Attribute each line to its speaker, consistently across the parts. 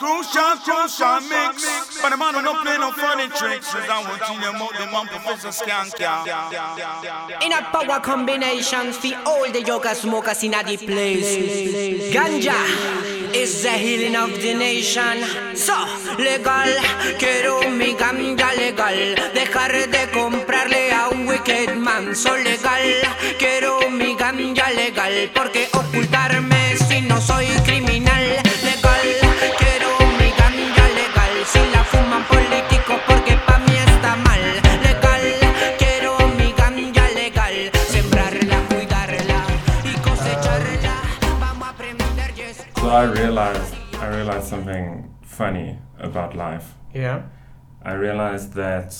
Speaker 1: Cool shot, cool shot mix. But the man who don't play no funny tricks is I want to them out the man Professor Skank.
Speaker 2: In a power combination for all the yoga smokers in a the place. Ganja is the healing of the nation. So, legal, quiero mi ganja legal. Dejar de comprarle a un wicked man. So legal, quiero mi ganja legal. Porque ocultarme si no soy criminal. Legal, quiero mi ganja legal. Si la fuman políticos porque pa' mí está mal. Legal, quiero mi ganja legal. Sembrarla, cuidarla y cosecharla. Vamos a aprender, yes.
Speaker 3: So I realized I realized something funny about life.
Speaker 4: Yeah.
Speaker 3: I realized that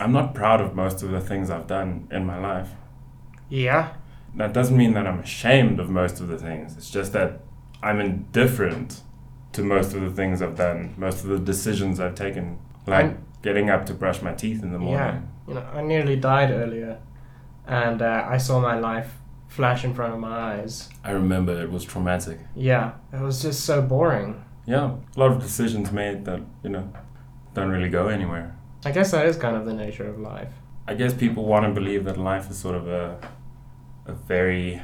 Speaker 3: I'm not proud of most of the things I've done in my life.
Speaker 4: Yeah.
Speaker 3: That doesn't mean that I'm ashamed of most of the things. It's just that I'm indifferent to most of the things I've done, most of the decisions I've taken, like
Speaker 4: I'm-
Speaker 3: getting up to brush my teeth in the morning.
Speaker 4: Yeah. You know, I nearly died earlier, and uh, I saw my life flash in front of my eyes.
Speaker 3: I remember it was traumatic.
Speaker 4: Yeah. It was just so boring.
Speaker 3: Yeah, a lot of decisions made that, you know, don't really go anywhere.
Speaker 4: I guess that is kind of the nature of life.
Speaker 3: I guess people want to believe that life is sort of a, a very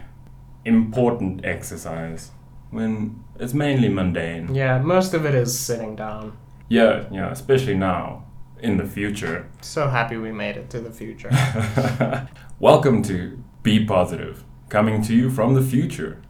Speaker 3: important exercise when it's mainly mundane.
Speaker 4: Yeah. Most of it is sitting down.
Speaker 3: Yeah, yeah, especially now in the future.
Speaker 4: So happy we made it to the future.
Speaker 3: Welcome to Be Positive, coming to you from the future.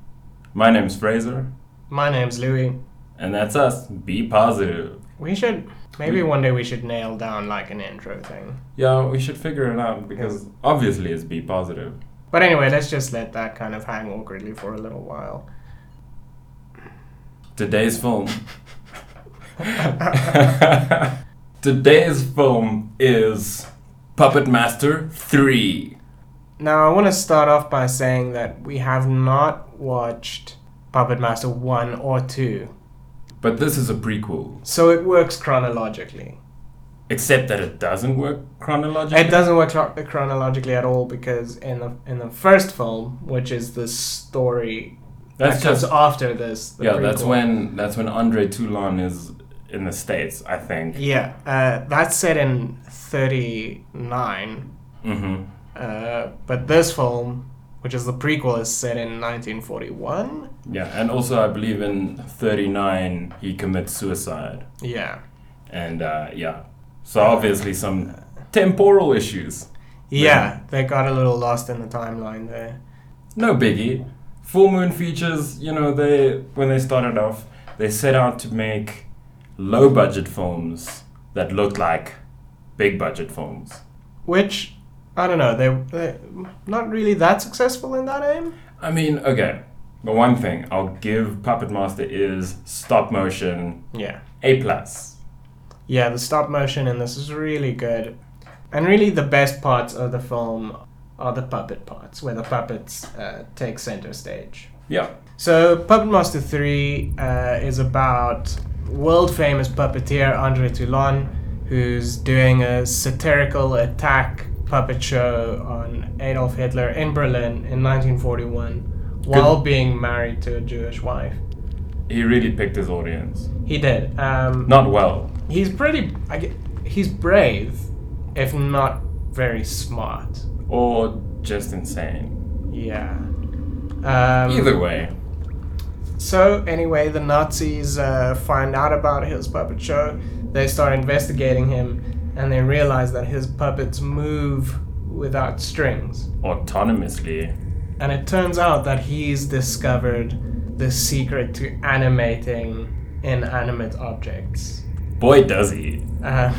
Speaker 3: My name's Fraser,
Speaker 4: my name's Louis.
Speaker 3: and that's us. Be positive.
Speaker 4: We should maybe one day we should nail down like an intro thing.
Speaker 3: Yeah, we should figure it out because obviously it's Be Positive.
Speaker 4: But anyway, let's just let that kind of hang awkwardly for a little while.
Speaker 3: Today's film. Today's film is Puppet Master 3.
Speaker 4: Now, I want to start off by saying that we have not watched Puppet Master 1 or 2,
Speaker 3: But this is a prequel.
Speaker 4: so it works chronologically.
Speaker 3: Except that it doesn't work chronologically.
Speaker 4: It doesn't work chro- chronologically at all because in the in the first film, which is the story
Speaker 3: That's
Speaker 4: that comes
Speaker 3: just
Speaker 4: after this, the
Speaker 3: Yeah, that's
Speaker 4: prequel,
Speaker 3: when that's when Andre Toulon is in the States, I think.
Speaker 4: Yeah, uh, that's set in 39,
Speaker 3: Mm-hmm.
Speaker 4: uh, but this film, which is the prequel, is set in 1941.
Speaker 3: Yeah, and also I believe in 39 he commits suicide.
Speaker 4: Yeah.
Speaker 3: And uh, yeah. So obviously some temporal issues.
Speaker 4: Yeah, they got a little lost in the timeline there.
Speaker 3: No biggie. Full Moon Features, you know, they when they started off, they set out to make low budget films that looked like big budget films.
Speaker 4: Which, I don't know, they, they're not really that successful in that aim.
Speaker 3: I mean, okay. The one thing I'll give Puppet Master is stop motion
Speaker 4: Yeah.
Speaker 3: A plus.
Speaker 4: Yeah, the stop motion in this is really good. And really, the best parts of the film are the puppet parts, where the puppets uh, take center stage.
Speaker 3: Yeah.
Speaker 4: So, Puppet Master 3 uh, is about world famous puppeteer Andre Toulon, who's doing a satirical attack puppet show on Adolf Hitler in Berlin in 1941 while being married to a Jewish wife.
Speaker 3: He really picked his audience.
Speaker 4: He did. Um,
Speaker 3: Not well.
Speaker 4: He's pretty. I ge- he's brave, if not very smart.
Speaker 3: Or just insane.
Speaker 4: Yeah. Um,
Speaker 3: Either way.
Speaker 4: So, anyway, the Nazis uh, find out about his puppet show. They start investigating him and they realize that his puppets move without strings.
Speaker 3: Autonomously.
Speaker 4: And it turns out that he's discovered the secret to animating inanimate objects.
Speaker 3: Boy does he.
Speaker 4: Uh,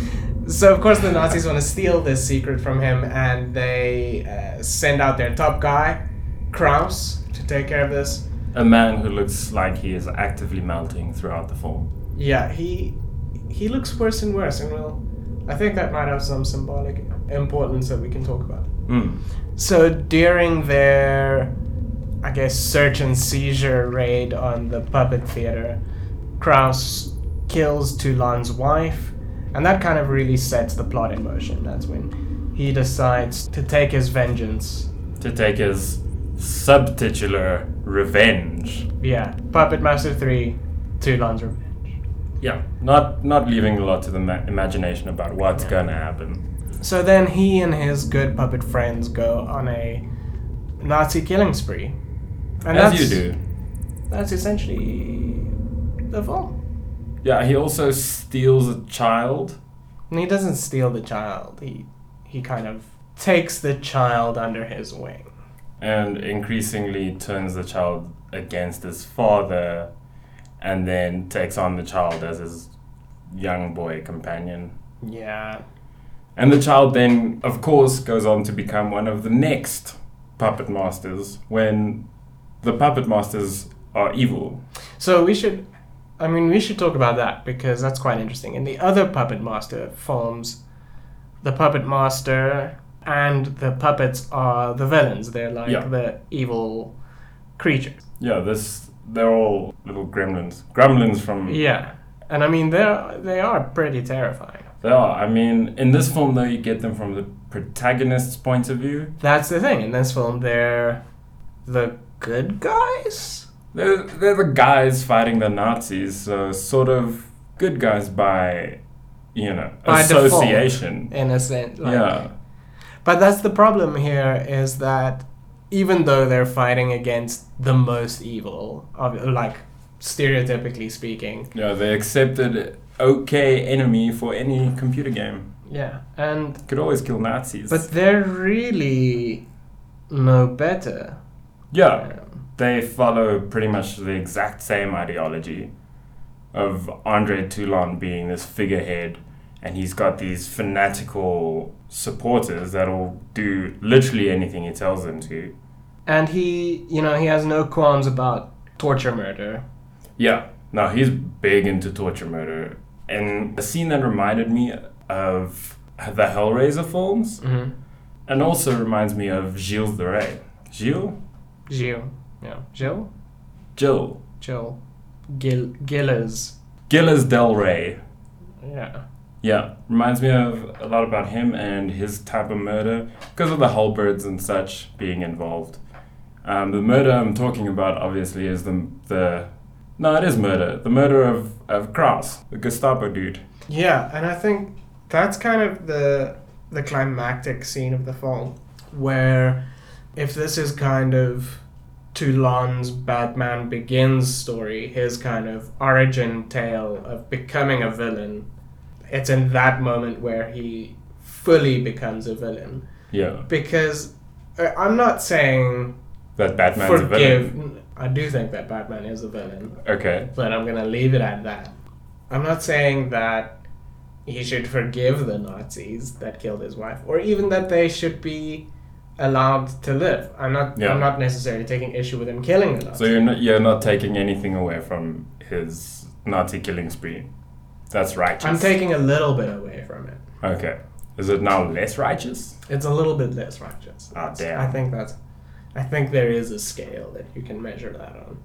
Speaker 4: so, of course, the Nazis want to steal this secret from him and they uh, send out their top guy, Kraus, to take care of this.
Speaker 3: A man who looks like he is actively melting throughout the film.
Speaker 4: Yeah, he he looks worse and worse, and well, I think that might have some symbolic importance that we can talk about.
Speaker 3: Mm.
Speaker 4: So during their, I guess, search and seizure raid on the puppet theater, Kraus kills Toulon's wife, and that kind of really sets the plot in motion. That's when he decides to take his vengeance.
Speaker 3: To take his subtitular revenge.
Speaker 4: Yeah, Puppet Master Three, Toulon's revenge.
Speaker 3: yeah, not not leaving a lot to the ma- imagination about what's gonna happen.
Speaker 4: So then he and his good puppet friends go on a Nazi killing spree. And
Speaker 3: As you do.
Speaker 4: That's essentially the film.
Speaker 3: Yeah, he also steals a child.
Speaker 4: And he doesn't steal the child. He he kind of takes the child under his wing.
Speaker 3: and increasingly turns the child against his father and then takes on the child as his young boy companion.
Speaker 4: Yeah.
Speaker 3: And the child then, of course, goes on to become one of the next puppet masters when the puppet masters are evil.
Speaker 4: So we should, I mean, we should talk about that because that's quite interesting. In the other Puppet Master films, the Puppet Master and the puppets are the villains. They're like
Speaker 3: Yeah.
Speaker 4: the evil creatures.
Speaker 3: Yeah, this they're all little gremlins. Gremlins from
Speaker 4: Yeah, and I mean they're they are pretty terrifying.
Speaker 3: they are. I mean, in this film though you get them from the protagonist's point of view.
Speaker 4: That's the thing. In this film, they're the good guys.
Speaker 3: They're, they're the guys fighting the Nazis, so sort of good guys by, you know,
Speaker 4: By default.
Speaker 3: association.
Speaker 4: in a sense. Like,
Speaker 3: Yeah,
Speaker 4: But that's the problem here is that even though they're fighting against the most evil, of, like stereotypically speaking,
Speaker 3: yeah, they accepted okay enemy for any computer game.
Speaker 4: yeah, and
Speaker 3: Could always kill Nazis.
Speaker 4: but they're really no better.
Speaker 3: yeah, they follow pretty much the exact same ideology of Andre Toulon being this figurehead, and he's got these fanatical supporters that'll do literally anything he tells them to.
Speaker 4: And he, you know, he has no qualms about torture murder.
Speaker 3: Yeah, no, he's big into torture murder. And a scene that reminded me of the Hellraiser films
Speaker 4: Mm-hmm.
Speaker 3: and also reminds me of Gilles de Rais. Gilles?
Speaker 4: Gilles, yeah, Gilles,
Speaker 3: Jill.
Speaker 4: Gilles, Gil, Gillers,
Speaker 3: Gilles Del Rey.
Speaker 4: yeah.
Speaker 3: Yeah, reminds me of a lot about him and his type of murder because of the Holberts and such being involved. Um, the murder I'm talking about, obviously, is the. the no, it is murder. The murder of, of Kraus, the Gestapo dude.
Speaker 4: Yeah, and I think that's kind of the the climactic scene of the film, where if this is kind of Toulon's Batman Begins story, his kind of origin tale of becoming a villain, it's in that moment where he fully becomes a villain.
Speaker 3: Yeah,
Speaker 4: Because uh, I'm not saying
Speaker 3: that Batman's a
Speaker 4: forgive.
Speaker 3: villain.
Speaker 4: I do think that Batman is a villain
Speaker 3: Okay.
Speaker 4: but I'm gonna leave it at that. I'm not saying that he should forgive the Nazis that killed his wife, or even that they should be allowed to live. I'm not.
Speaker 3: Yeah.
Speaker 4: I'm not necessarily taking issue with him killing the Nazis.
Speaker 3: So you're not, you're not taking anything away from his Nazi killing spree. That's righteous.
Speaker 4: I'm taking a little bit away from it.
Speaker 3: Okay. Is it now less righteous?
Speaker 4: It's a little bit less righteous.
Speaker 3: Ah, damn.
Speaker 4: I think that's. I think there is a scale that you can measure that on.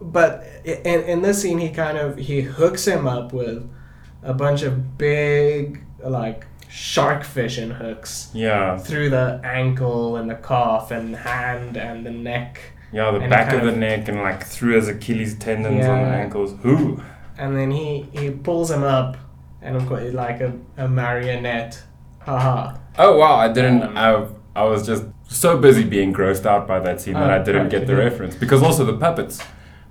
Speaker 4: but i- in, in this scene, he kind of he hooks him up with a bunch of big like shark fishing hooks
Speaker 3: Yeah.
Speaker 4: through the ankle and the calf and the hand and the neck,
Speaker 3: Yeah, the
Speaker 4: And
Speaker 3: back of
Speaker 4: kind
Speaker 3: the
Speaker 4: of-
Speaker 3: neck and like through his Achilles tendons and
Speaker 4: Yeah.
Speaker 3: ankles. Who?
Speaker 4: and then he he pulls him up and of course like a, a marionette. Haha.
Speaker 3: Oh wow, I didn't.
Speaker 4: Um,
Speaker 3: I I was just so busy being grossed out by that scene that
Speaker 4: Oh,
Speaker 3: I didn't
Speaker 4: right,
Speaker 3: get
Speaker 4: you
Speaker 3: the
Speaker 4: did.
Speaker 3: reference. Because also the puppets.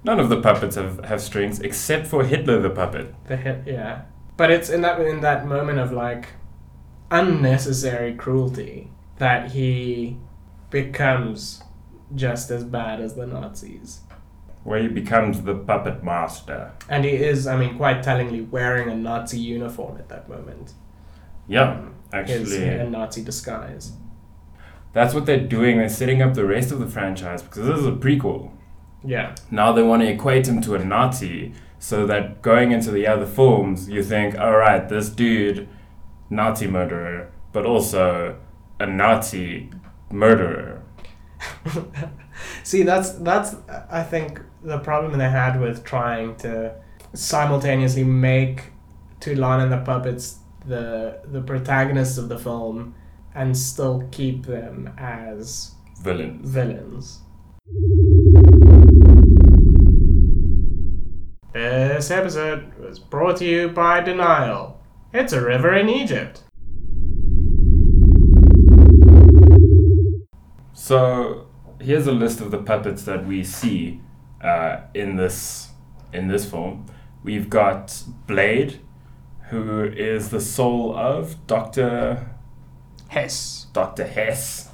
Speaker 3: None of the puppets have, have strings except for Hitler the puppet.
Speaker 4: The hit, yeah. But it's in that in that moment of like unnecessary cruelty that he becomes just as bad as the Nazis.
Speaker 3: Where he becomes the puppet master.
Speaker 4: And he is, I mean, quite tellingly wearing a Nazi uniform at that moment.
Speaker 3: Yeah,
Speaker 4: His
Speaker 3: actually.
Speaker 4: a Nazi disguise.
Speaker 3: That's what they're doing. They're setting up the rest of the franchise because this is a prequel.
Speaker 4: Yeah.
Speaker 3: Now they want to equate him to a Nazi so that going into the other films, you think, all right, this dude, Nazi murderer, but also a Nazi murderer.
Speaker 4: See, that's that's I think the problem they had with trying to simultaneously make Toulon and the puppets the the protagonists of the film and still keep them as
Speaker 3: Villain.
Speaker 4: villains. The This episode was brought to you by Denial. It's a river in Egypt.
Speaker 3: So here's a list of the puppets that we see uh, in this in this film. We've got Blade, who is the soul of Doctor
Speaker 4: Hess.
Speaker 3: Dr. Hess.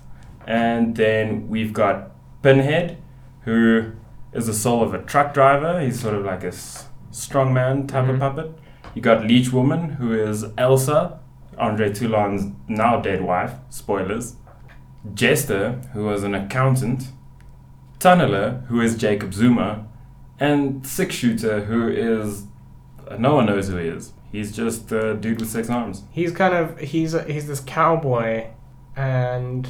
Speaker 3: And then we've got Pinhead, who is the soul of a truck driver. He's sort of like a s- strongman type of puppet. You got Leech Woman, who is Elsa, Andre Toulon's now dead wife. Spoilers. Jester, who was an accountant. Tunneler, who is Jacob Zuma. And Six Shooter, who is. No one knows who he is. He's just a dude with six arms.
Speaker 4: He's kind of he's he's this cowboy, and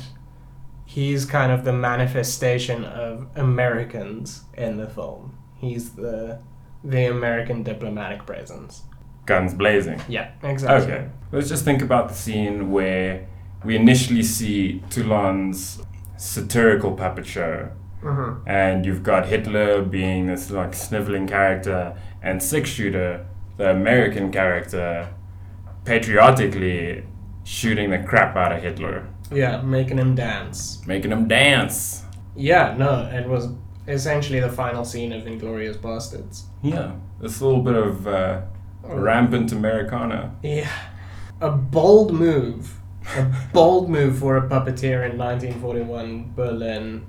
Speaker 4: he's kind of the manifestation of Americans in the film. He's the the American diplomatic presence.
Speaker 3: Guns blazing.
Speaker 4: Yeah, exactly.
Speaker 3: Okay. Let's just think about the scene where we initially see Toulon's satirical puppet show.
Speaker 4: Mhm.
Speaker 3: And you've got Hitler being this like sniveling character, and Six Shooter, the American character, patriotically shooting the crap out of Hitler,
Speaker 4: Yeah, making him dance.
Speaker 3: making him dance.
Speaker 4: Yeah, no, it was essentially the final scene of Inglorious Bastards.
Speaker 3: Yeah, this little bit of uh, rampant Americana.
Speaker 4: Yeah. A bold move. A bold move for a puppeteer in 1941 Berlin.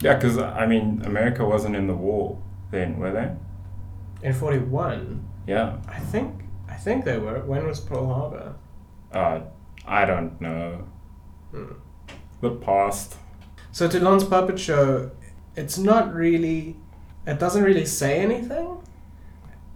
Speaker 3: Yeah, because I mean, America wasn't in the war then, were they?
Speaker 4: In 41,
Speaker 3: Yeah.
Speaker 4: I think I think they were. When was Pearl Harbor?
Speaker 3: Uh, I don't know.
Speaker 4: Hmm.
Speaker 3: The past.
Speaker 4: So Toulon's puppet show, it's not really it doesn't really say anything.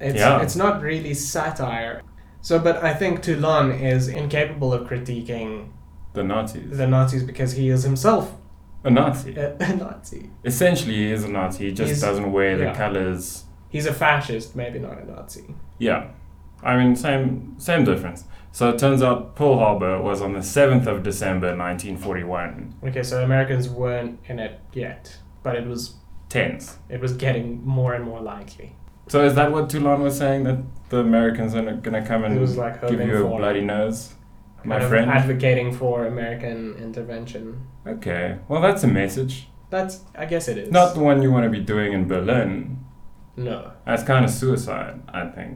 Speaker 4: It's
Speaker 3: Yeah.
Speaker 4: it's not really satire. So but I think Toulon is incapable of critiquing
Speaker 3: The Nazis.
Speaker 4: the Nazis because he is himself
Speaker 3: a Nazi.
Speaker 4: a, a Nazi.
Speaker 3: Essentially, he is a Nazi. He just
Speaker 4: He's-
Speaker 3: doesn't wear the
Speaker 4: yeah.
Speaker 3: colors.
Speaker 4: He's a fascist, maybe not a Nazi.
Speaker 3: Yeah. I mean, same same difference. So it turns out Pearl Harbor was on the 7th of December 1941.
Speaker 4: Okay, so Americans weren't in it yet, but it was
Speaker 3: Tense.
Speaker 4: it was getting more and more likely.
Speaker 3: So is that what Toulon was saying? That the Americans are going to come and
Speaker 4: He was, like,
Speaker 3: give
Speaker 4: hoping
Speaker 3: you a
Speaker 4: for-
Speaker 3: bloody nose? My
Speaker 4: Kind of
Speaker 3: friend?
Speaker 4: advocating for American intervention.
Speaker 3: okay. Well, that's a message.
Speaker 4: That's I guess it is.
Speaker 3: Not the one you want to be doing in Berlin.
Speaker 4: no.
Speaker 3: That's kind of suicide, I think.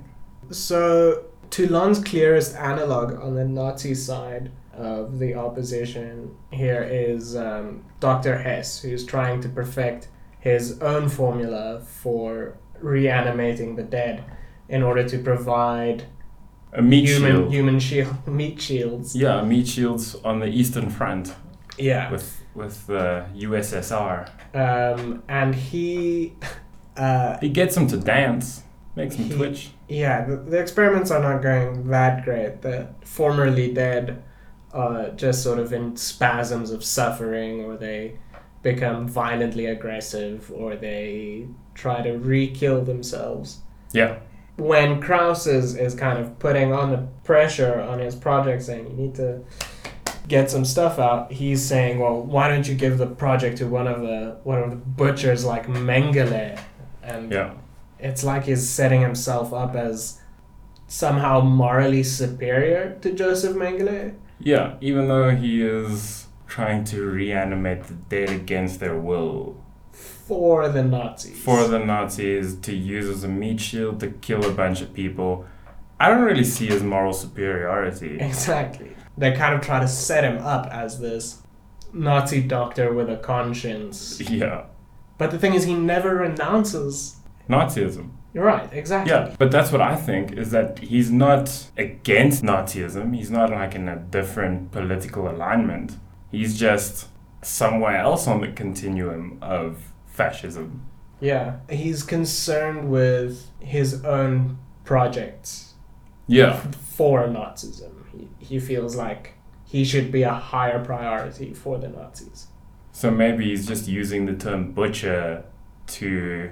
Speaker 4: So Toulon's clearest analog on the Nazi side of the opposition here is um, Dr. Hess, who's trying to perfect his own formula for reanimating the dead in order to provide
Speaker 3: A meat
Speaker 4: human
Speaker 3: shield.
Speaker 4: human shield meat shields.
Speaker 3: Yeah, meat shields on the Eastern Front
Speaker 4: Yeah.
Speaker 3: with with uh, the USSR.
Speaker 4: Um, and he, uh,
Speaker 3: He gets them to dance, makes them twitch.
Speaker 4: yeah, the, the experiments are not going that great. The formerly dead are just sort of in spasms of suffering, or they become violently aggressive, or they try to re kill themselves.
Speaker 3: Yeah,
Speaker 4: When Krauss is, is kind of putting on the pressure on his project, saying, you need to get some stuff out, he's saying, well, why don't you give the project to one of the, one of the butchers like Mengele? And
Speaker 3: yeah.
Speaker 4: it's like he's setting himself up as somehow morally superior to Joseph Mengele.
Speaker 3: Yeah, even though he is trying to reanimate the dead against their will
Speaker 4: For the Nazis.
Speaker 3: for the Nazis to use as a meat shield to kill a bunch of people. I don't really see his moral superiority.
Speaker 4: Exactly. They kind of try to set him up as this Nazi doctor with a conscience.
Speaker 3: Yeah.
Speaker 4: But the thing is, he never renounces.
Speaker 3: Nazism.
Speaker 4: You're right, exactly.
Speaker 3: Yeah, but that's what I think is that he's not against Nazism. He's not like in a different political alignment. He's just somewhere else on the continuum of fascism.
Speaker 4: Yeah. He's concerned with his own projects
Speaker 3: Yeah.
Speaker 4: for Nazism. He, he feels like he should be a higher priority for the Nazis.
Speaker 3: So maybe he's just using the term butcher to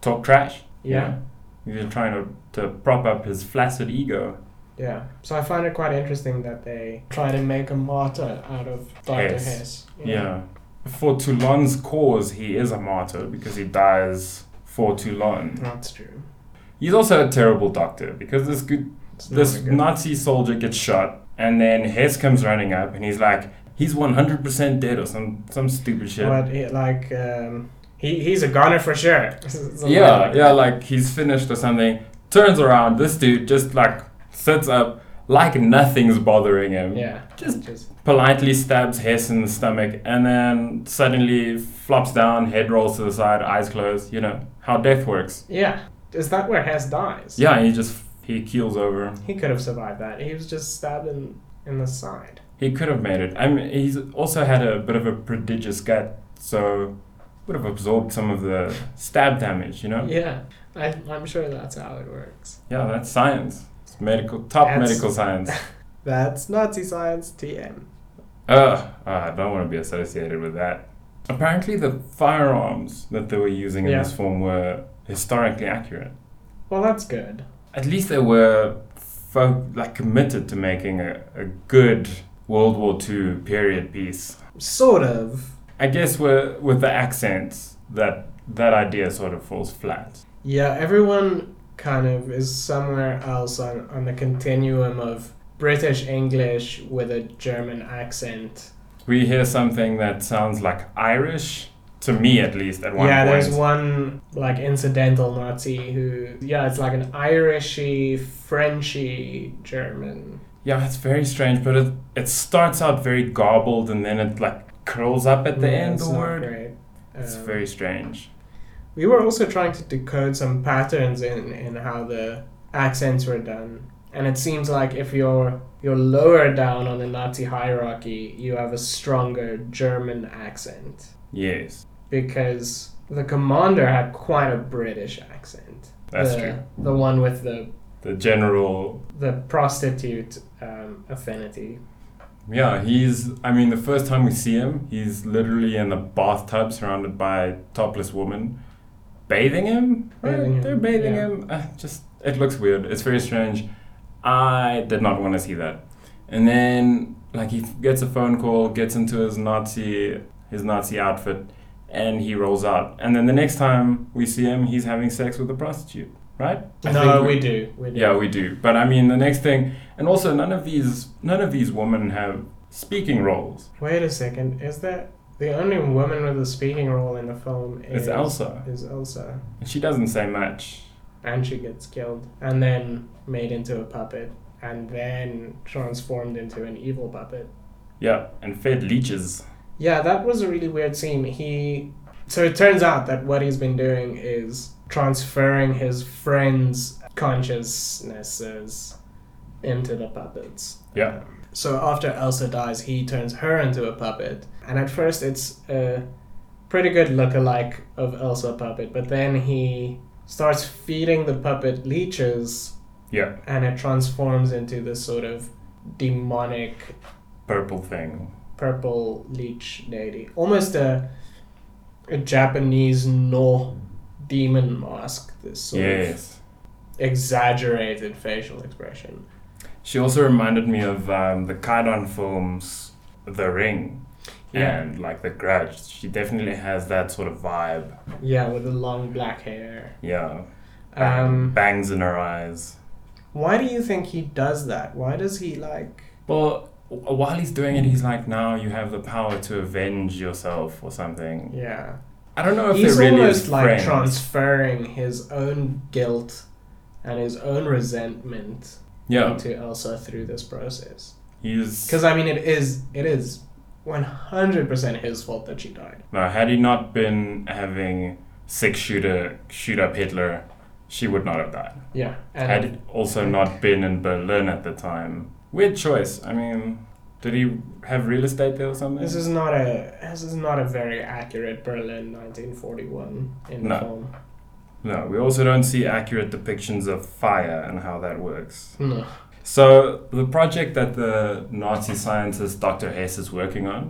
Speaker 3: talk trash.
Speaker 4: Yeah.
Speaker 3: You know? He's trying to, to prop up his flaccid ego.
Speaker 4: Yeah. So I find it quite interesting that they try to make a martyr out of Dr.
Speaker 3: Hess.
Speaker 4: Hess.
Speaker 3: Yeah. For Toulon's cause, he is a martyr because he dies for Toulon.
Speaker 4: That's true.
Speaker 3: He's also a terrible doctor because this good,
Speaker 4: not
Speaker 3: this
Speaker 4: good.
Speaker 3: Nazi soldier gets shot, and then Hess comes running up, and he's like, he's one hundred percent dead or some some stupid shit.
Speaker 4: But it, like um, he he's a goner for sure. Something
Speaker 3: Yeah,
Speaker 4: like
Speaker 3: yeah, like he's finished or something. Turns around, this dude just like sits up like nothing's bothering him.
Speaker 4: Yeah.
Speaker 3: Just
Speaker 4: Just-
Speaker 3: politely stabs Hess in the stomach and then suddenly flops down, head rolls to the side, eyes closed. You know how death works.
Speaker 4: yeah. Is that where Hess dies?
Speaker 3: Yeah, he just he keels over.
Speaker 4: He could have survived that. He was just stabbed in in the side.
Speaker 3: He could have made it. I mean, he's also had a bit of a prodigious gut, so would have absorbed some of the stab damage. You know.
Speaker 4: Yeah, I, I'm sure that's how it works.
Speaker 3: Yeah, that's science. It's medical, top
Speaker 4: That's-
Speaker 3: medical science.
Speaker 4: That's Nazi science, TM.
Speaker 3: Ugh, Ah, I don't want to be associated with that. Apparently, the firearms that they were using in
Speaker 4: Yeah.
Speaker 3: this film were historically accurate.
Speaker 4: Well, that's good.
Speaker 3: At least they were fo- like committed to making a, a good World War II period piece.
Speaker 4: Sort of.
Speaker 3: I guess with with the accents, that that idea sort of falls flat.
Speaker 4: Yeah, everyone kind of is somewhere else on, on the continuum of British English with a German accent.
Speaker 3: We hear something that sounds like Irish to me, at least at one
Speaker 4: yeah,
Speaker 3: point.
Speaker 4: there's one like incidental Nazi who yeah, it's like an Irishy, Frenchy German.
Speaker 3: Yeah, it's very strange, but it it starts out very garbled and then it like curls up at the
Speaker 4: Yeah,
Speaker 3: end.
Speaker 4: it's
Speaker 3: The
Speaker 4: not
Speaker 3: word.
Speaker 4: great.
Speaker 3: It's
Speaker 4: Um,
Speaker 3: very strange.
Speaker 4: We were also trying to decode some patterns in, in how the accents were done. And it seems like if you're you're lower down on the Nazi hierarchy, you have a stronger German accent
Speaker 3: Yes,
Speaker 4: because the commander had quite a British accent.
Speaker 3: That's
Speaker 4: the,
Speaker 3: true.
Speaker 4: The one with the
Speaker 3: the general.
Speaker 4: the prostitute um, affinity.
Speaker 3: Yeah, he's. I mean, the first time we see him, he's literally in a bathtub surrounded by topless women, bathing him. Right?
Speaker 4: Bathing him,
Speaker 3: They're bathing
Speaker 4: yeah.
Speaker 3: him. Uh, just it looks weird. It's very strange. I did not want to see that. And then like he gets a phone call, gets into his Nazi his Nazi outfit, and he rolls out. And then the next time we see him, he's having sex with a prostitute, right? I
Speaker 4: no,
Speaker 3: think
Speaker 4: we, do. We do.
Speaker 3: Yeah, we do. But I mean, the next thing, and also none of these none of these women have speaking roles.
Speaker 4: Wait a second. Is that the only woman with a speaking role in the film? Is,
Speaker 3: It's Elsa.
Speaker 4: Is Elsa.
Speaker 3: She doesn't say much.
Speaker 4: and she gets killed and then made into a puppet and then transformed into an evil puppet
Speaker 3: Yeah, and fed leeches.
Speaker 4: yeah that was a really weird scene he so it turns out that what he's been doing is transferring his friends consciousnesses into the puppets
Speaker 3: Yeah,
Speaker 4: so after Elsa dies, he turns her into a puppet. And at first, it's a pretty good look-alike of Elsa puppet, but then he starts feeding the puppet leeches,
Speaker 3: yeah,
Speaker 4: and it transforms into this sort of demonic
Speaker 3: purple thing.
Speaker 4: purple leech lady, almost a a Japanese no demon mask. This sort of
Speaker 3: Yes.
Speaker 4: exaggerated facial expression.
Speaker 3: She also reminded me of um, the Kaidan films, The Ring,
Speaker 4: Yeah.
Speaker 3: and like The Grudge. She definitely has that sort of vibe.
Speaker 4: Yeah, with the long black hair.
Speaker 3: Yeah,
Speaker 4: Um,
Speaker 3: bangs in her eyes.
Speaker 4: Why do you think he does that? Why does he like?
Speaker 3: Well, w- while he's doing it, he's like, "Now you have the power to avenge yourself" or something.
Speaker 4: Yeah,
Speaker 3: I don't know if
Speaker 4: he's
Speaker 3: they're really
Speaker 4: almost like
Speaker 3: friends.
Speaker 4: transferring his own guilt and his own resentment
Speaker 3: yeah,
Speaker 4: into Elsa through this process.
Speaker 3: he's.
Speaker 4: Because I mean, it is it is one hundred percent his fault that she died.
Speaker 3: Now, had he not been having six shooter shoot up Hitler, she would not have died.
Speaker 4: Yeah, and
Speaker 3: Had it also not been in Berlin at the time. Weird choice. I mean, did he have real estate there or something?
Speaker 4: this is not a this is not a very accurate Berlin nineteen forty one in the
Speaker 3: No.
Speaker 4: film.
Speaker 3: no, we also don't see accurate depictions of fire and how that works.
Speaker 4: No.
Speaker 3: So the project that the Nazi scientist Dr. Hess is working on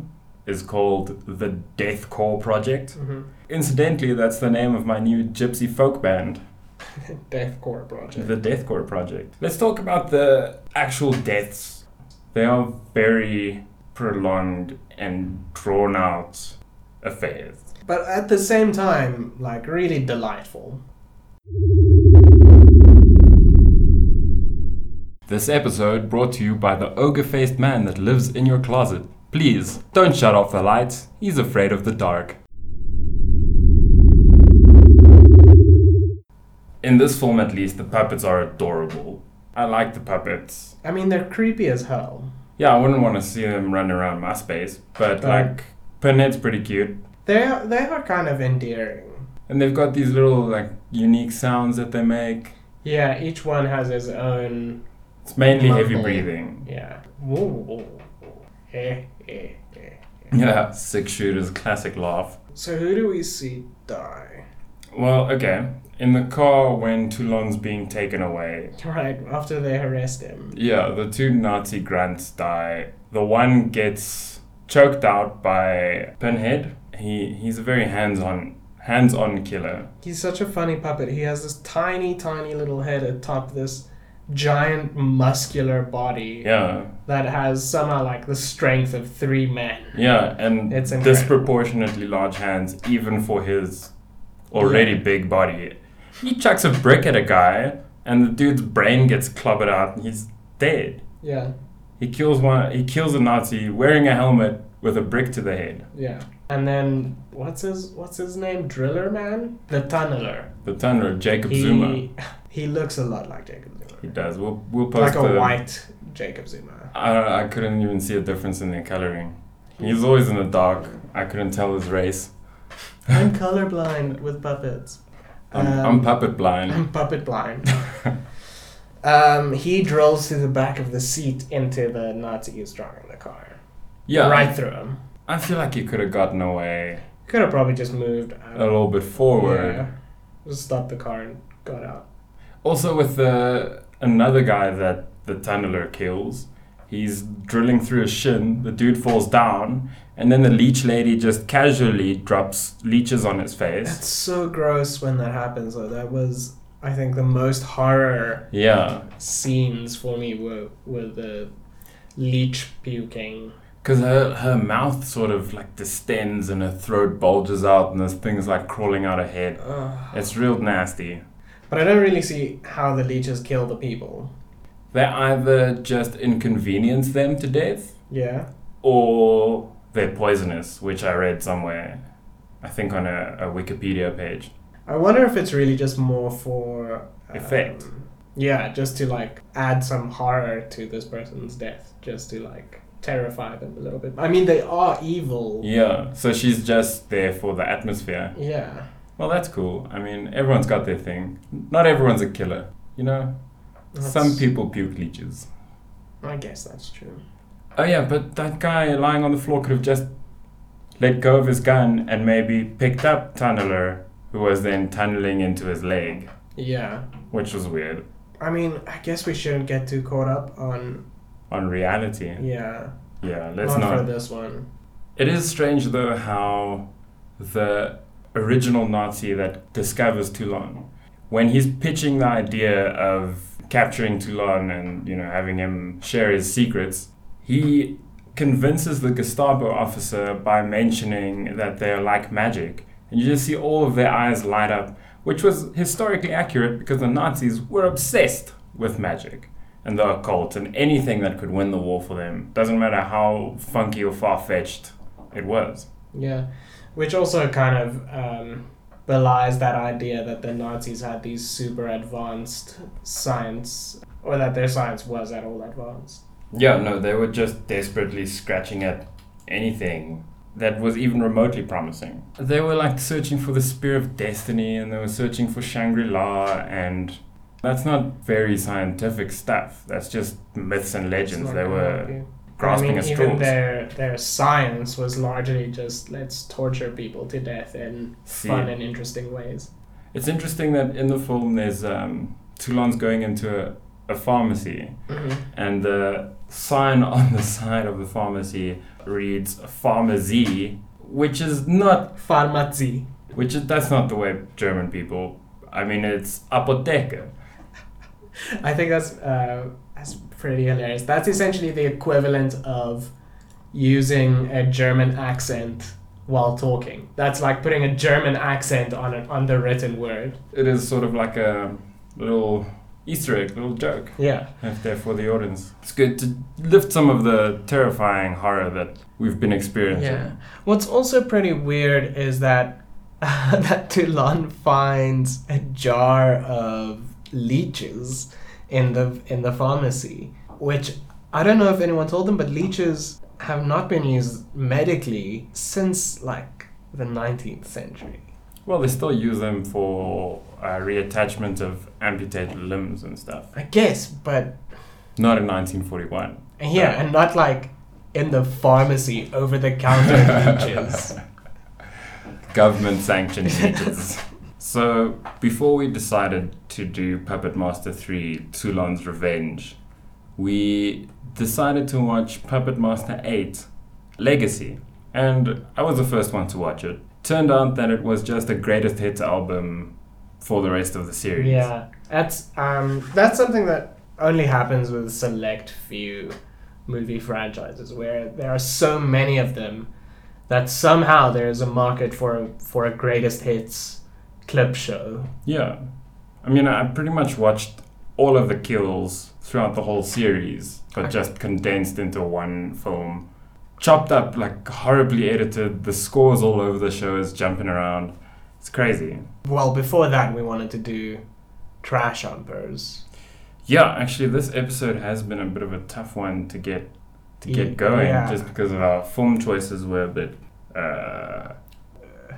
Speaker 3: is called the Death Core Project.
Speaker 4: Mhm.
Speaker 3: Incidentally, that's the name of my new gypsy folk band,
Speaker 4: Deathcore project.
Speaker 3: the Death Core Project. Let's talk about the actual deaths. They are very prolonged and drawn out affairs.
Speaker 4: but at the same time, like really delightful.
Speaker 3: This episode brought to you by the ogre faced man that lives in your closet. Please don't shut off the lights, he's afraid of the dark. In this film, at least, the puppets are adorable. I like the puppets.
Speaker 4: I mean, they're creepy as hell.
Speaker 3: Yeah, I wouldn't want to see them run around my space, but
Speaker 4: Right.
Speaker 3: like, Pinhead's pretty cute.
Speaker 4: They are, they are kind of endearing.
Speaker 3: And they've got these little, like, unique sounds that they make.
Speaker 4: Yeah, each one has his own.
Speaker 3: It's mainly heavy
Speaker 5: Mumble.
Speaker 3: breathing.
Speaker 4: Yeah. Woo, woo, woo. Eh, eh, eh.
Speaker 3: Yeah, six shooters, classic laugh.
Speaker 4: So who do we see die?
Speaker 3: Well, okay. In the car when Toulon's being taken away,
Speaker 4: Right after they arrest him.
Speaker 3: yeah, the two Nazi grunts die. The one gets choked out by Pinhead. He he's a very hands-on hands-on killer.
Speaker 4: He's such a funny puppet. He has this tiny, tiny little head atop this giant, muscular body
Speaker 3: Yeah.
Speaker 4: that has somehow like the strength of three men.
Speaker 3: Yeah, and
Speaker 4: It's incredible.
Speaker 3: disproportionately large hands even for his already big body. He chucks a brick at a guy and the dude's brain gets clobbered out and he's dead.
Speaker 4: Yeah,
Speaker 3: He kills one. He kills a Nazi wearing a helmet with a brick to the head.
Speaker 4: yeah. And then what's his what's his name? Driller man, the tunneler.
Speaker 3: The Thunderer, Jacob
Speaker 4: He
Speaker 3: Zuma.
Speaker 4: he looks a lot like Jacob Zuma,
Speaker 3: He does. We'll we'll
Speaker 4: like
Speaker 3: post
Speaker 4: a
Speaker 3: the-
Speaker 4: white Jacob Zuma.
Speaker 3: I I couldn't even see a difference in their coloring. He's always in the dark. I couldn't tell his race.
Speaker 4: I'm colorblind with puppets.
Speaker 3: I'm,
Speaker 4: Um,
Speaker 3: I'm puppet blind.
Speaker 4: I'm puppet blind. um, he drills through the back of the seat into the Nazi who's driving the car.
Speaker 3: yeah.
Speaker 4: Right through him.
Speaker 3: I feel like he could have gotten away
Speaker 4: Could have probably just moved out.
Speaker 3: a little bit forward.
Speaker 4: Yeah. Just stopped the car and got out.
Speaker 3: Also with the another guy that the tunneler kills, he's drilling through his shin. The dude falls down, and then the leech lady just casually drops leeches on his face.
Speaker 4: That's so gross when that happens, though. That was, I think, the most horror
Speaker 3: Yeah,
Speaker 4: scenes for me were, were the leech puking.
Speaker 3: because her her mouth sort of like distends and her throat bulges out, and there's things like crawling out her head.
Speaker 4: Ugh.
Speaker 3: It's real nasty.
Speaker 4: But I don't really see how the leeches kill the people.
Speaker 3: They either just inconvenience them to death,
Speaker 4: Yeah?
Speaker 3: or they're poisonous, which I read somewhere, I think on a, a Wikipedia page.
Speaker 4: I wonder if it's really just more for um,
Speaker 3: Effect.
Speaker 4: Yeah, just to like add some horror to this person's death, just to like terrify them a little bit. I mean, they are evil.
Speaker 3: Yeah, so she's just there for the atmosphere.
Speaker 4: Yeah.
Speaker 3: Well, that's cool. I mean, everyone's got their thing. Not everyone's a killer, you know? Some
Speaker 4: That's-
Speaker 3: people puke leeches.
Speaker 4: I guess that's true.
Speaker 3: Oh, yeah, but that guy lying on the floor could have just let go of his gun and maybe picked up Tunneler, who was then tunneling into his leg,
Speaker 4: Yeah.
Speaker 3: which was weird.
Speaker 4: I mean, I guess we shouldn't get too caught up on.
Speaker 3: On reality.
Speaker 4: Yeah.
Speaker 3: Yeah, let's
Speaker 4: not,
Speaker 3: not.
Speaker 4: for this one.
Speaker 3: It is strange, though, how the original Nazi that discovers Toulon, when he's pitching the idea of capturing Toulon and, you know, having him share his secrets, he convinces the Gestapo officer by mentioning that they're like magic. And you just see all of their eyes light up, which was historically accurate because the Nazis were obsessed with magic and the occult and anything that could win the war for them. Doesn't matter how funky or far fetched it was.
Speaker 4: Yeah. Which also kind of um, belies that idea that the Nazis had these super advanced science, or that their science was at all advanced.
Speaker 3: Yeah, no, they were just desperately scratching at anything that was even remotely promising. They were like searching for the Spear of Destiny and they were searching for Shangri La, and that's not very scientific stuff. That's just myths and legends.
Speaker 4: It's not
Speaker 3: They
Speaker 4: gonna help
Speaker 3: were
Speaker 4: you.
Speaker 3: grasping
Speaker 4: I mean,
Speaker 3: at
Speaker 4: even
Speaker 3: straws.
Speaker 4: their their science was largely just let's torture people to death in
Speaker 3: See.
Speaker 4: fun and interesting ways.
Speaker 3: It's interesting that in the film there's um, Toulon's going into a, a pharmacy
Speaker 4: Mm-hmm.
Speaker 3: and the sign on the side of the pharmacy reads pharmacy, which is not
Speaker 4: Pharmacy.
Speaker 3: which is that's not the way German people. I mean, it's apotheke.
Speaker 4: I think that's uh, that's pretty hilarious. That's essentially the equivalent of using a German accent while talking. That's like putting a German accent on an on the written word.
Speaker 3: It is sort of like a little Easter egg, little joke
Speaker 4: Yeah.
Speaker 3: out there for the audience. It's good to lift some of the terrifying horror that we've been experiencing.
Speaker 4: Yeah. What's also pretty weird is that that Toulon finds a jar of leeches in the in the pharmacy, which I don't know if anyone told them, but leeches have not been used medically since like the 19th century.
Speaker 3: Well, they still use them for uh, reattachment of amputated limbs and stuff.
Speaker 4: I guess, but
Speaker 3: Not in 1941.
Speaker 4: yeah,
Speaker 3: No.
Speaker 4: and not like in the pharmacy over the counter leeches.
Speaker 3: Government sanctioned leeches. so, before we decided to do Puppet Master 3 Toulon's Revenge, we decided to watch Puppet Master 8 Legacy. And I was the first one to watch it. Turned out that it was just a greatest hits album for the rest of the series.
Speaker 4: Yeah, that's um, that's something that only happens with select few movie franchises, where there are so many of them that somehow there is a market for a, for a greatest hits clip show.
Speaker 3: Yeah. I mean, I pretty much watched all of the kills throughout the whole series, but just condensed into one film. Chopped up, like horribly edited. The scores all over the show is jumping around. It's crazy.
Speaker 4: Well, before that, we wanted to do trash umpers.
Speaker 3: Yeah, actually, this episode has been a bit of a tough one to get to
Speaker 4: Ye-
Speaker 3: get going,
Speaker 4: yeah.
Speaker 3: just because of our film choices were a bit uh,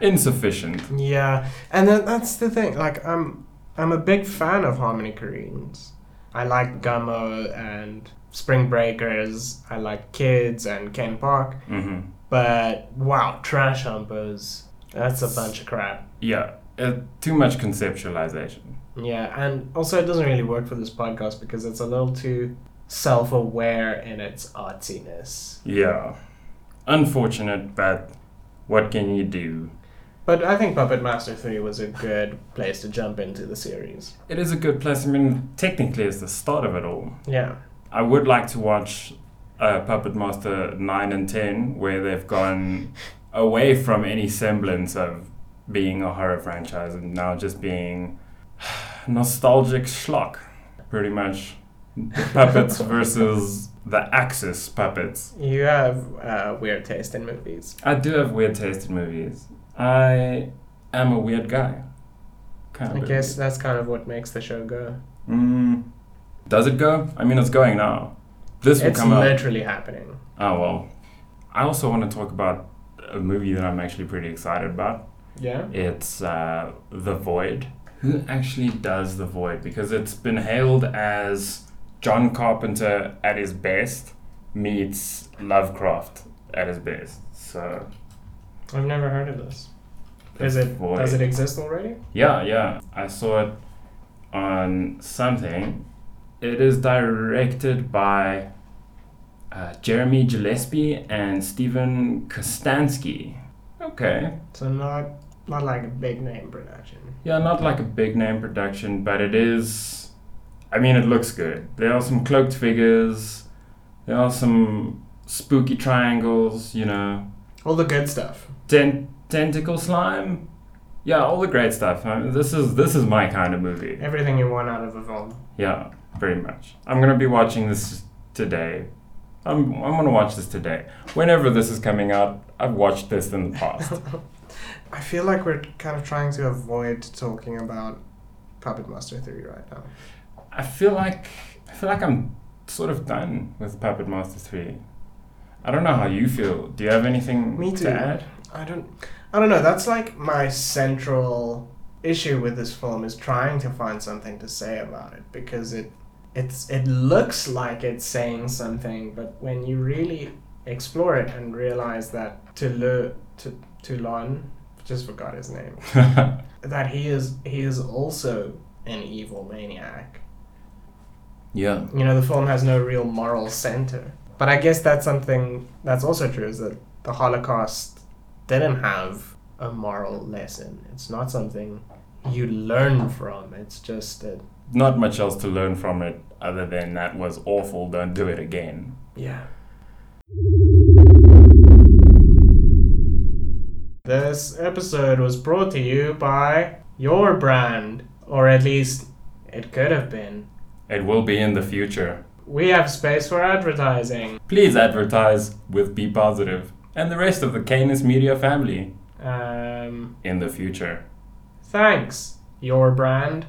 Speaker 3: insufficient.
Speaker 4: Yeah, and that, that's the thing. Like, I'm I'm a big fan of Harmony Koreans. I like Gummo and Spring Breakers. I like Kids and Ken Park.
Speaker 3: hmm
Speaker 4: But wow, trash humpers. That's a bunch of crap.
Speaker 3: Yeah, uh, too much conceptualization.
Speaker 4: Yeah, and also it doesn't really work for this podcast because it's a little too self aware in its artsiness.
Speaker 3: Yeah. Unfortunate, but what can you do?
Speaker 4: But I think Puppet Master 3 was a good place to jump into the series.
Speaker 3: It is a good place. I mean, technically, it's the start of it all.
Speaker 4: Yeah.
Speaker 3: I would like to watch uh, Puppet Master 9 and 10, where they've gone away from any semblance of being a horror franchise and now just being nostalgic schlock, pretty much. The puppets versus the Axis puppets.
Speaker 4: You have uh, weird taste in movies.
Speaker 3: I do have weird taste in movies. I am a weird guy. Kind
Speaker 4: I guess that's kind of what makes the show go.
Speaker 3: Mm, does it go? I mean, it's going now. This will
Speaker 4: It's
Speaker 3: come out.
Speaker 4: literally happening.
Speaker 3: Oh well. I also want to talk about a movie that I'm actually pretty excited about.
Speaker 4: Yeah?
Speaker 3: It's uh, The Void. Who actually does The Void? Because it's been hailed as John Carpenter at his best meets Lovecraft at his best. So
Speaker 4: I've never heard of this. Is it,
Speaker 3: Void.
Speaker 4: does it exist already?
Speaker 3: Yeah, yeah. I saw it on something. It is directed by uh, Jeremy Gillespie and Stephen Kostansky. Okay.
Speaker 4: So, not, not like a big name production.
Speaker 3: Yeah, not like a big name production, but it is. I mean, it looks good. There are some cloaked figures, there are some spooky triangles, you know.
Speaker 4: All the good stuff.
Speaker 3: Ten- tentacle slime. Yeah, all the great stuff. I mean, this is this is my kind of movie.
Speaker 4: Everything you want out of a film.
Speaker 3: Yeah, very much. I'm gonna be watching this today. I'm I'm gonna watch this today. Whenever this is coming out, I've watched this in the past.
Speaker 4: I feel like we're kind of trying to avoid talking about Puppet Master 3 right now.
Speaker 3: I feel like I feel like I'm sort of done with Puppet Master Three. I don't know how you feel. Do you have anything
Speaker 4: Me too.
Speaker 3: to add?
Speaker 4: I don't I don't know, that's like my central issue with this film is trying to find something to say about it because it it's it looks like it's saying something, but when you really explore it and realize that Tulu Tu- Toulon just forgot his name. That he is he is also an evil maniac.
Speaker 3: yeah.
Speaker 4: you know the film has no real moral center but i guess that's something that's also true is that the holocaust didn't have a moral lesson it's not something you learn from it's just a
Speaker 3: Not much else to learn from it other than that was awful. Don't do it again.
Speaker 4: yeah this episode was brought to you by your brand or at least it could have been
Speaker 3: It will be in the future.
Speaker 4: We have space for advertising.
Speaker 3: Please advertise with Be Positive and the rest of the Canis Media family
Speaker 4: Um,
Speaker 3: in the future.
Speaker 4: thanks, your brand.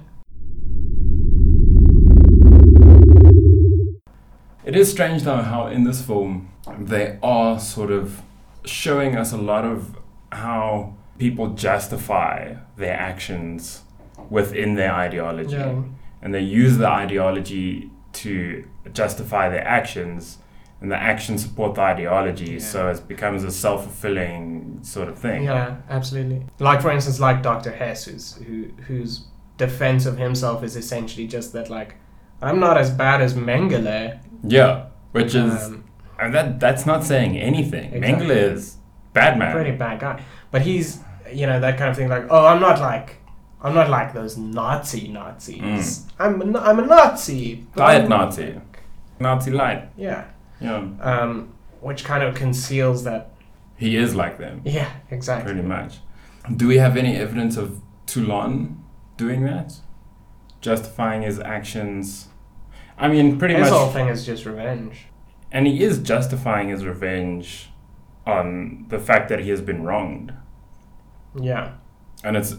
Speaker 3: It is strange though how in this film they are sort of showing us a lot of how people justify their actions within their ideology.
Speaker 4: Yeah.
Speaker 3: And they use the ideology to justify their actions and the actions support the ideology so it becomes a self fulfilling sort of thing.
Speaker 4: Yeah, absolutely. Like for instance, like Doctor Hess, who's, who whose defense of himself is essentially just that, like, I'm not as bad as Mengele.
Speaker 3: Yeah, Which is
Speaker 4: Um,
Speaker 3: and that that's not saying anything.
Speaker 4: Exactly.
Speaker 3: Mengele is bad man.
Speaker 4: pretty bad guy, but he's you know that kind of thing. Like, oh, I'm not like. I'm not like those Nazi Nazis.
Speaker 3: Mm.
Speaker 4: I'm a, Na- I'm a Nazi. but
Speaker 3: Diet
Speaker 4: I'm-
Speaker 3: Nazi. Nazi light.
Speaker 4: Yeah.
Speaker 3: Yeah.
Speaker 4: Um, which kind of conceals that.
Speaker 3: He is like them,
Speaker 4: Yeah, exactly.
Speaker 3: pretty much. Do we have any evidence of Toulon doing that? Justifying his actions? I mean, pretty
Speaker 4: His whole
Speaker 3: much.
Speaker 4: thing is just revenge.
Speaker 3: And he is justifying his revenge on the fact that he has been wronged.
Speaker 4: Yeah,
Speaker 3: And it's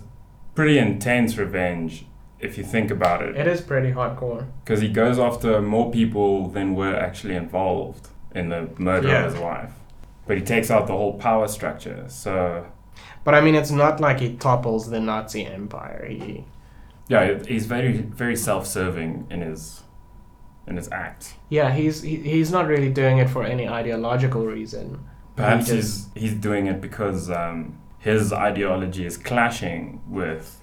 Speaker 3: pretty intense revenge if you think about it.
Speaker 4: it is pretty hardcore.
Speaker 3: Because he goes after more people than were actually involved in the murder
Speaker 4: Yeah.
Speaker 3: of his wife. But he takes out the whole power structure. So,
Speaker 4: But I mean, it's not like he topples the Nazi empire. He
Speaker 3: yeah, he's very, very self serving in his, in his act.
Speaker 4: Yeah, he's he, he's not really doing it for any ideological reason.
Speaker 3: Perhaps
Speaker 4: He
Speaker 3: he's, he's doing it because um, his ideology is clashing with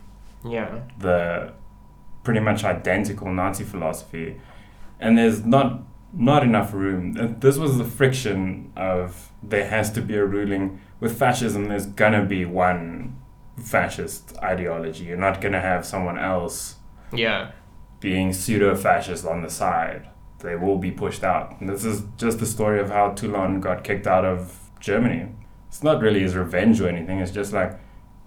Speaker 4: Yeah,
Speaker 3: the pretty much identical Nazi philosophy, and there's not not enough room. Th- This was the friction of there has to be a ruling with fascism. There's gonna be one fascist ideology. You're not gonna have someone else
Speaker 4: yeah,
Speaker 3: being pseudo-fascist on the side. They will be pushed out. And this is just the story of how Toulon got kicked out of Germany. It's not really his revenge or anything. It's just like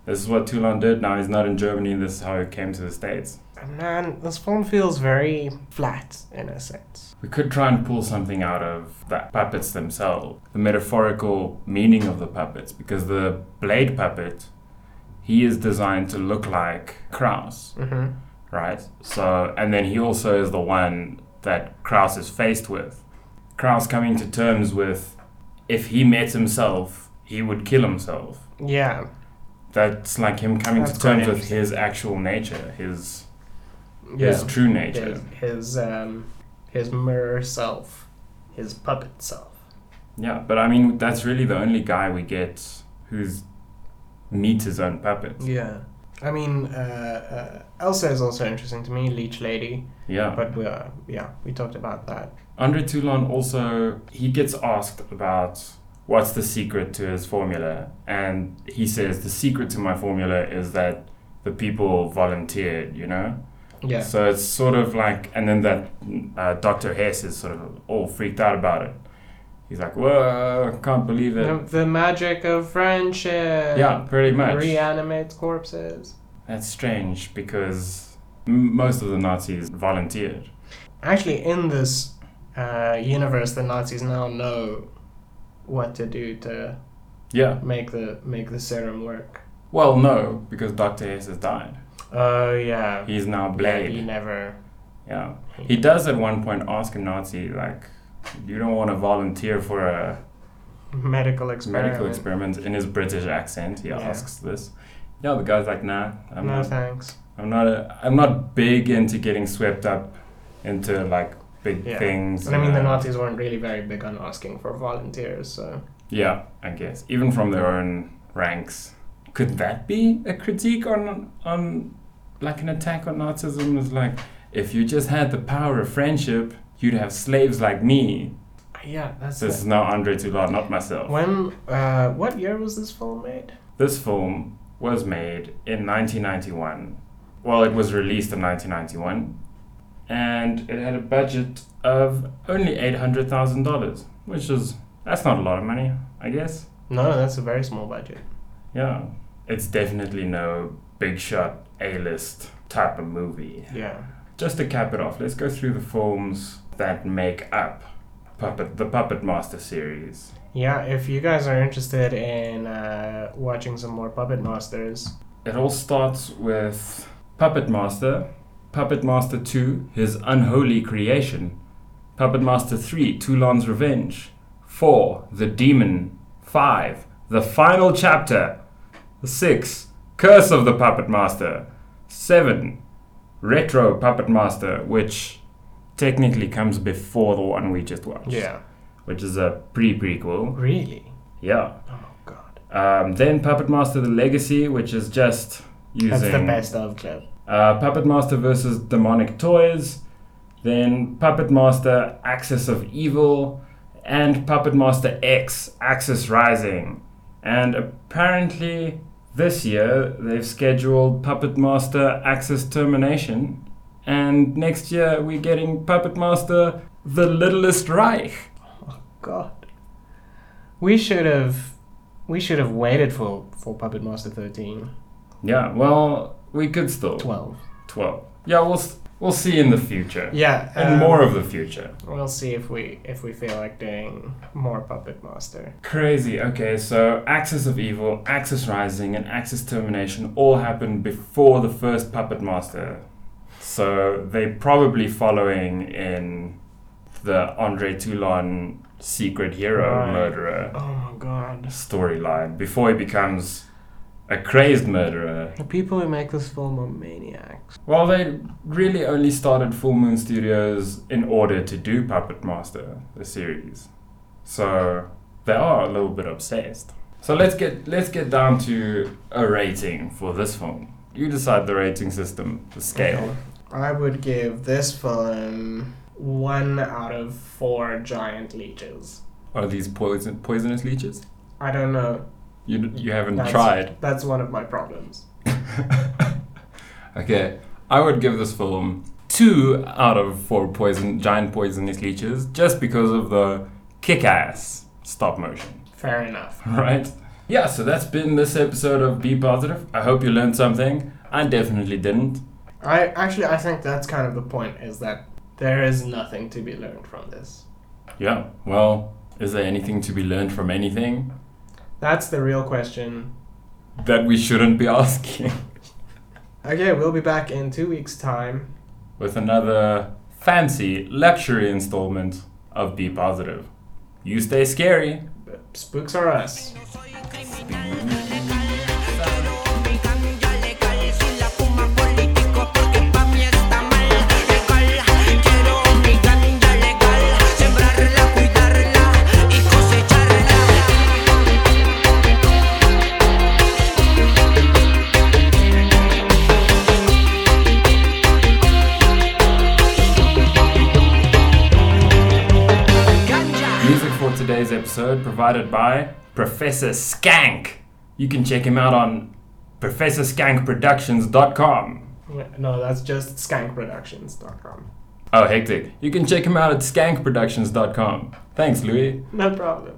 Speaker 3: this is what Toulon did. Now he's not in Germany. This is how he came to the states.
Speaker 4: man, this film feels very flat in a sense.
Speaker 3: We could try and pull something out of the puppets themselves, the metaphorical meaning of the puppets, because the blade puppet, he is designed to look like Kraus,
Speaker 4: Mm-hmm.
Speaker 3: right? So, and then he also is the one that Kraus is faced with. Kraus coming to terms with if he met himself, he would kill himself.
Speaker 4: Yeah,
Speaker 3: That's like him coming
Speaker 4: That's
Speaker 3: to
Speaker 4: quite
Speaker 3: terms with
Speaker 4: interesting.
Speaker 3: his actual nature, his
Speaker 4: yeah.
Speaker 3: his true nature.
Speaker 4: His his, um, his mirror self, his puppet self.
Speaker 3: Yeah, but I mean, that's really the only guy we get who's meets his own puppet.
Speaker 4: Yeah, I mean, uh, uh, Elsa is also interesting to me, Leech Lady.
Speaker 3: Yeah.
Speaker 4: But we are, yeah, we talked about that.
Speaker 3: Andre Toulon also, he gets asked about what's the secret to his formula. And he says, the secret to my formula is that the people volunteered, you know?
Speaker 4: Yeah,
Speaker 3: So it's sort of like, and then that uh, Dr. Hess is sort of all freaked out about it. He's like, whoa, can't believe it.
Speaker 4: the, the magic of friendship.
Speaker 3: Yeah, pretty much.
Speaker 4: reanimates corpses.
Speaker 3: That's strange because m- most of the Nazis volunteered.
Speaker 4: actually in this uh, universe the nazis now know what to do to
Speaker 3: Yeah.
Speaker 4: make the make the serum work
Speaker 3: Well, no, because Dr. Hess has died.
Speaker 4: oh yeah
Speaker 3: He's now
Speaker 4: he
Speaker 3: Blade.
Speaker 4: never
Speaker 3: Yeah. He does at one point ask a Nazi, like, you don't want to volunteer for a
Speaker 4: medical experiment
Speaker 3: medical experiment in his British accent. He
Speaker 4: Yeah.
Speaker 3: asks this. Yeah, the guy's like, nah, I'm
Speaker 4: no
Speaker 3: not,
Speaker 4: thanks
Speaker 3: I'm not, a, I'm not big into getting swept up into like big
Speaker 4: Yeah.
Speaker 3: things.
Speaker 4: and i mean the
Speaker 3: uh,
Speaker 4: nazis weren't really very big on asking for volunteers so
Speaker 3: Yeah, I guess even from their own ranks. Could that be a critique on on like an attack on Nazism? Is like if you just had the power of friendship, you'd have slaves like me.
Speaker 4: yeah that's
Speaker 3: This
Speaker 4: it
Speaker 3: is now Andre Toulon, not myself.
Speaker 4: when uh, what year was this film made
Speaker 3: This film was made in 1991. Well, it was released in 1991, and it had a budget of only eight hundred thousand dollars, which is that's not a lot of money, I guess.
Speaker 4: no that's a very small budget
Speaker 3: Yeah. It's definitely no big shot A list type of movie.
Speaker 4: yeah
Speaker 3: just to cap it off, let's go through the films that make up puppet the Puppet Master series.
Speaker 4: Yeah, if you guys are interested in uh, watching some more Puppet Masters,
Speaker 3: It all starts with Puppet Master, Puppet Master 2, His Unholy Creation, Puppet Master 3, Toulon's Revenge, 4, The Demon, 5, The Final Chapter, 6, Curse of the Puppet Master, 7, Retro Puppet Master, which technically comes before the one we just watched,
Speaker 4: yeah,
Speaker 3: which is a pre prequel.
Speaker 4: really,
Speaker 3: Yeah.
Speaker 4: oh god,
Speaker 3: Um, then Puppet Master The Legacy, which is just using
Speaker 4: that's the best of clip.
Speaker 3: uh, Puppet Master versus Demonic Toys, then Puppet Master Axis of Evil, and Puppet Master X Axis Rising. And apparently, this year they've scheduled Puppet Master Axis Termination, and next year we're getting Puppet Master The Littlest Reich.
Speaker 4: God, we should have, we should have waited for for Puppet Master 13,
Speaker 3: Yeah, well, we could still
Speaker 4: 12.
Speaker 3: 12. Yeah, we'll s- we'll see in the future.
Speaker 4: Yeah,
Speaker 3: And
Speaker 4: um,
Speaker 3: more of the future.
Speaker 4: We'll see if we if we feel like doing more Puppet Master.
Speaker 3: Crazy. Okay, so Axis of Evil, Axis Rising, and Axis Termination all happened before the first Puppet Master. So they probably following in the Andre Toulon secret hero
Speaker 4: Right.
Speaker 3: murderer
Speaker 4: Oh my god.
Speaker 3: storyline before he becomes a crazed murderer.
Speaker 4: The people who make this film are maniacs.
Speaker 3: Well, they really only started Full Moon Studios in order to do Puppet Master, the series. So they are a little bit obsessed. So let's get let's get down to a rating for this film. You decide the rating system, the scale.
Speaker 4: I would give this film one out of four giant leeches.
Speaker 3: Are these poison poisonous leeches?
Speaker 4: I don't know.
Speaker 3: You d- you haven't
Speaker 4: That's,
Speaker 3: tried.
Speaker 4: That's one of my problems.
Speaker 3: okay, I would give this film two out of four poison giant poisonous leeches just because of the kick-ass stop motion.
Speaker 4: Fair enough.
Speaker 3: right? Yeah, so that's been this episode of Be Positive. I hope you learned something. I definitely didn't.
Speaker 4: I actually I think that's kind of the point is that there is nothing to be learned from this.
Speaker 3: Yeah, well, is there anything to be learned from anything
Speaker 4: That's the real question.
Speaker 3: that we shouldn't be asking?
Speaker 4: Okay, we'll be back in two weeks' time.
Speaker 3: With another fancy luxury installment of Be Positive. You stay scary.
Speaker 4: Spooks are us.
Speaker 5: Mi ganja legal, si la fuma político porque pa' mí está mal Legal, quiero mi ganja legal Sembrarla, cuidarla y cosecharla
Speaker 3: Music for today's episode provided by Professor Skank. You can check him out on professorskankproductions.com.
Speaker 4: No, that's just skankproductions.com.
Speaker 3: Oh, hectic. You can check him out at skankproductions.com. Thanks, Louis.
Speaker 4: No problem.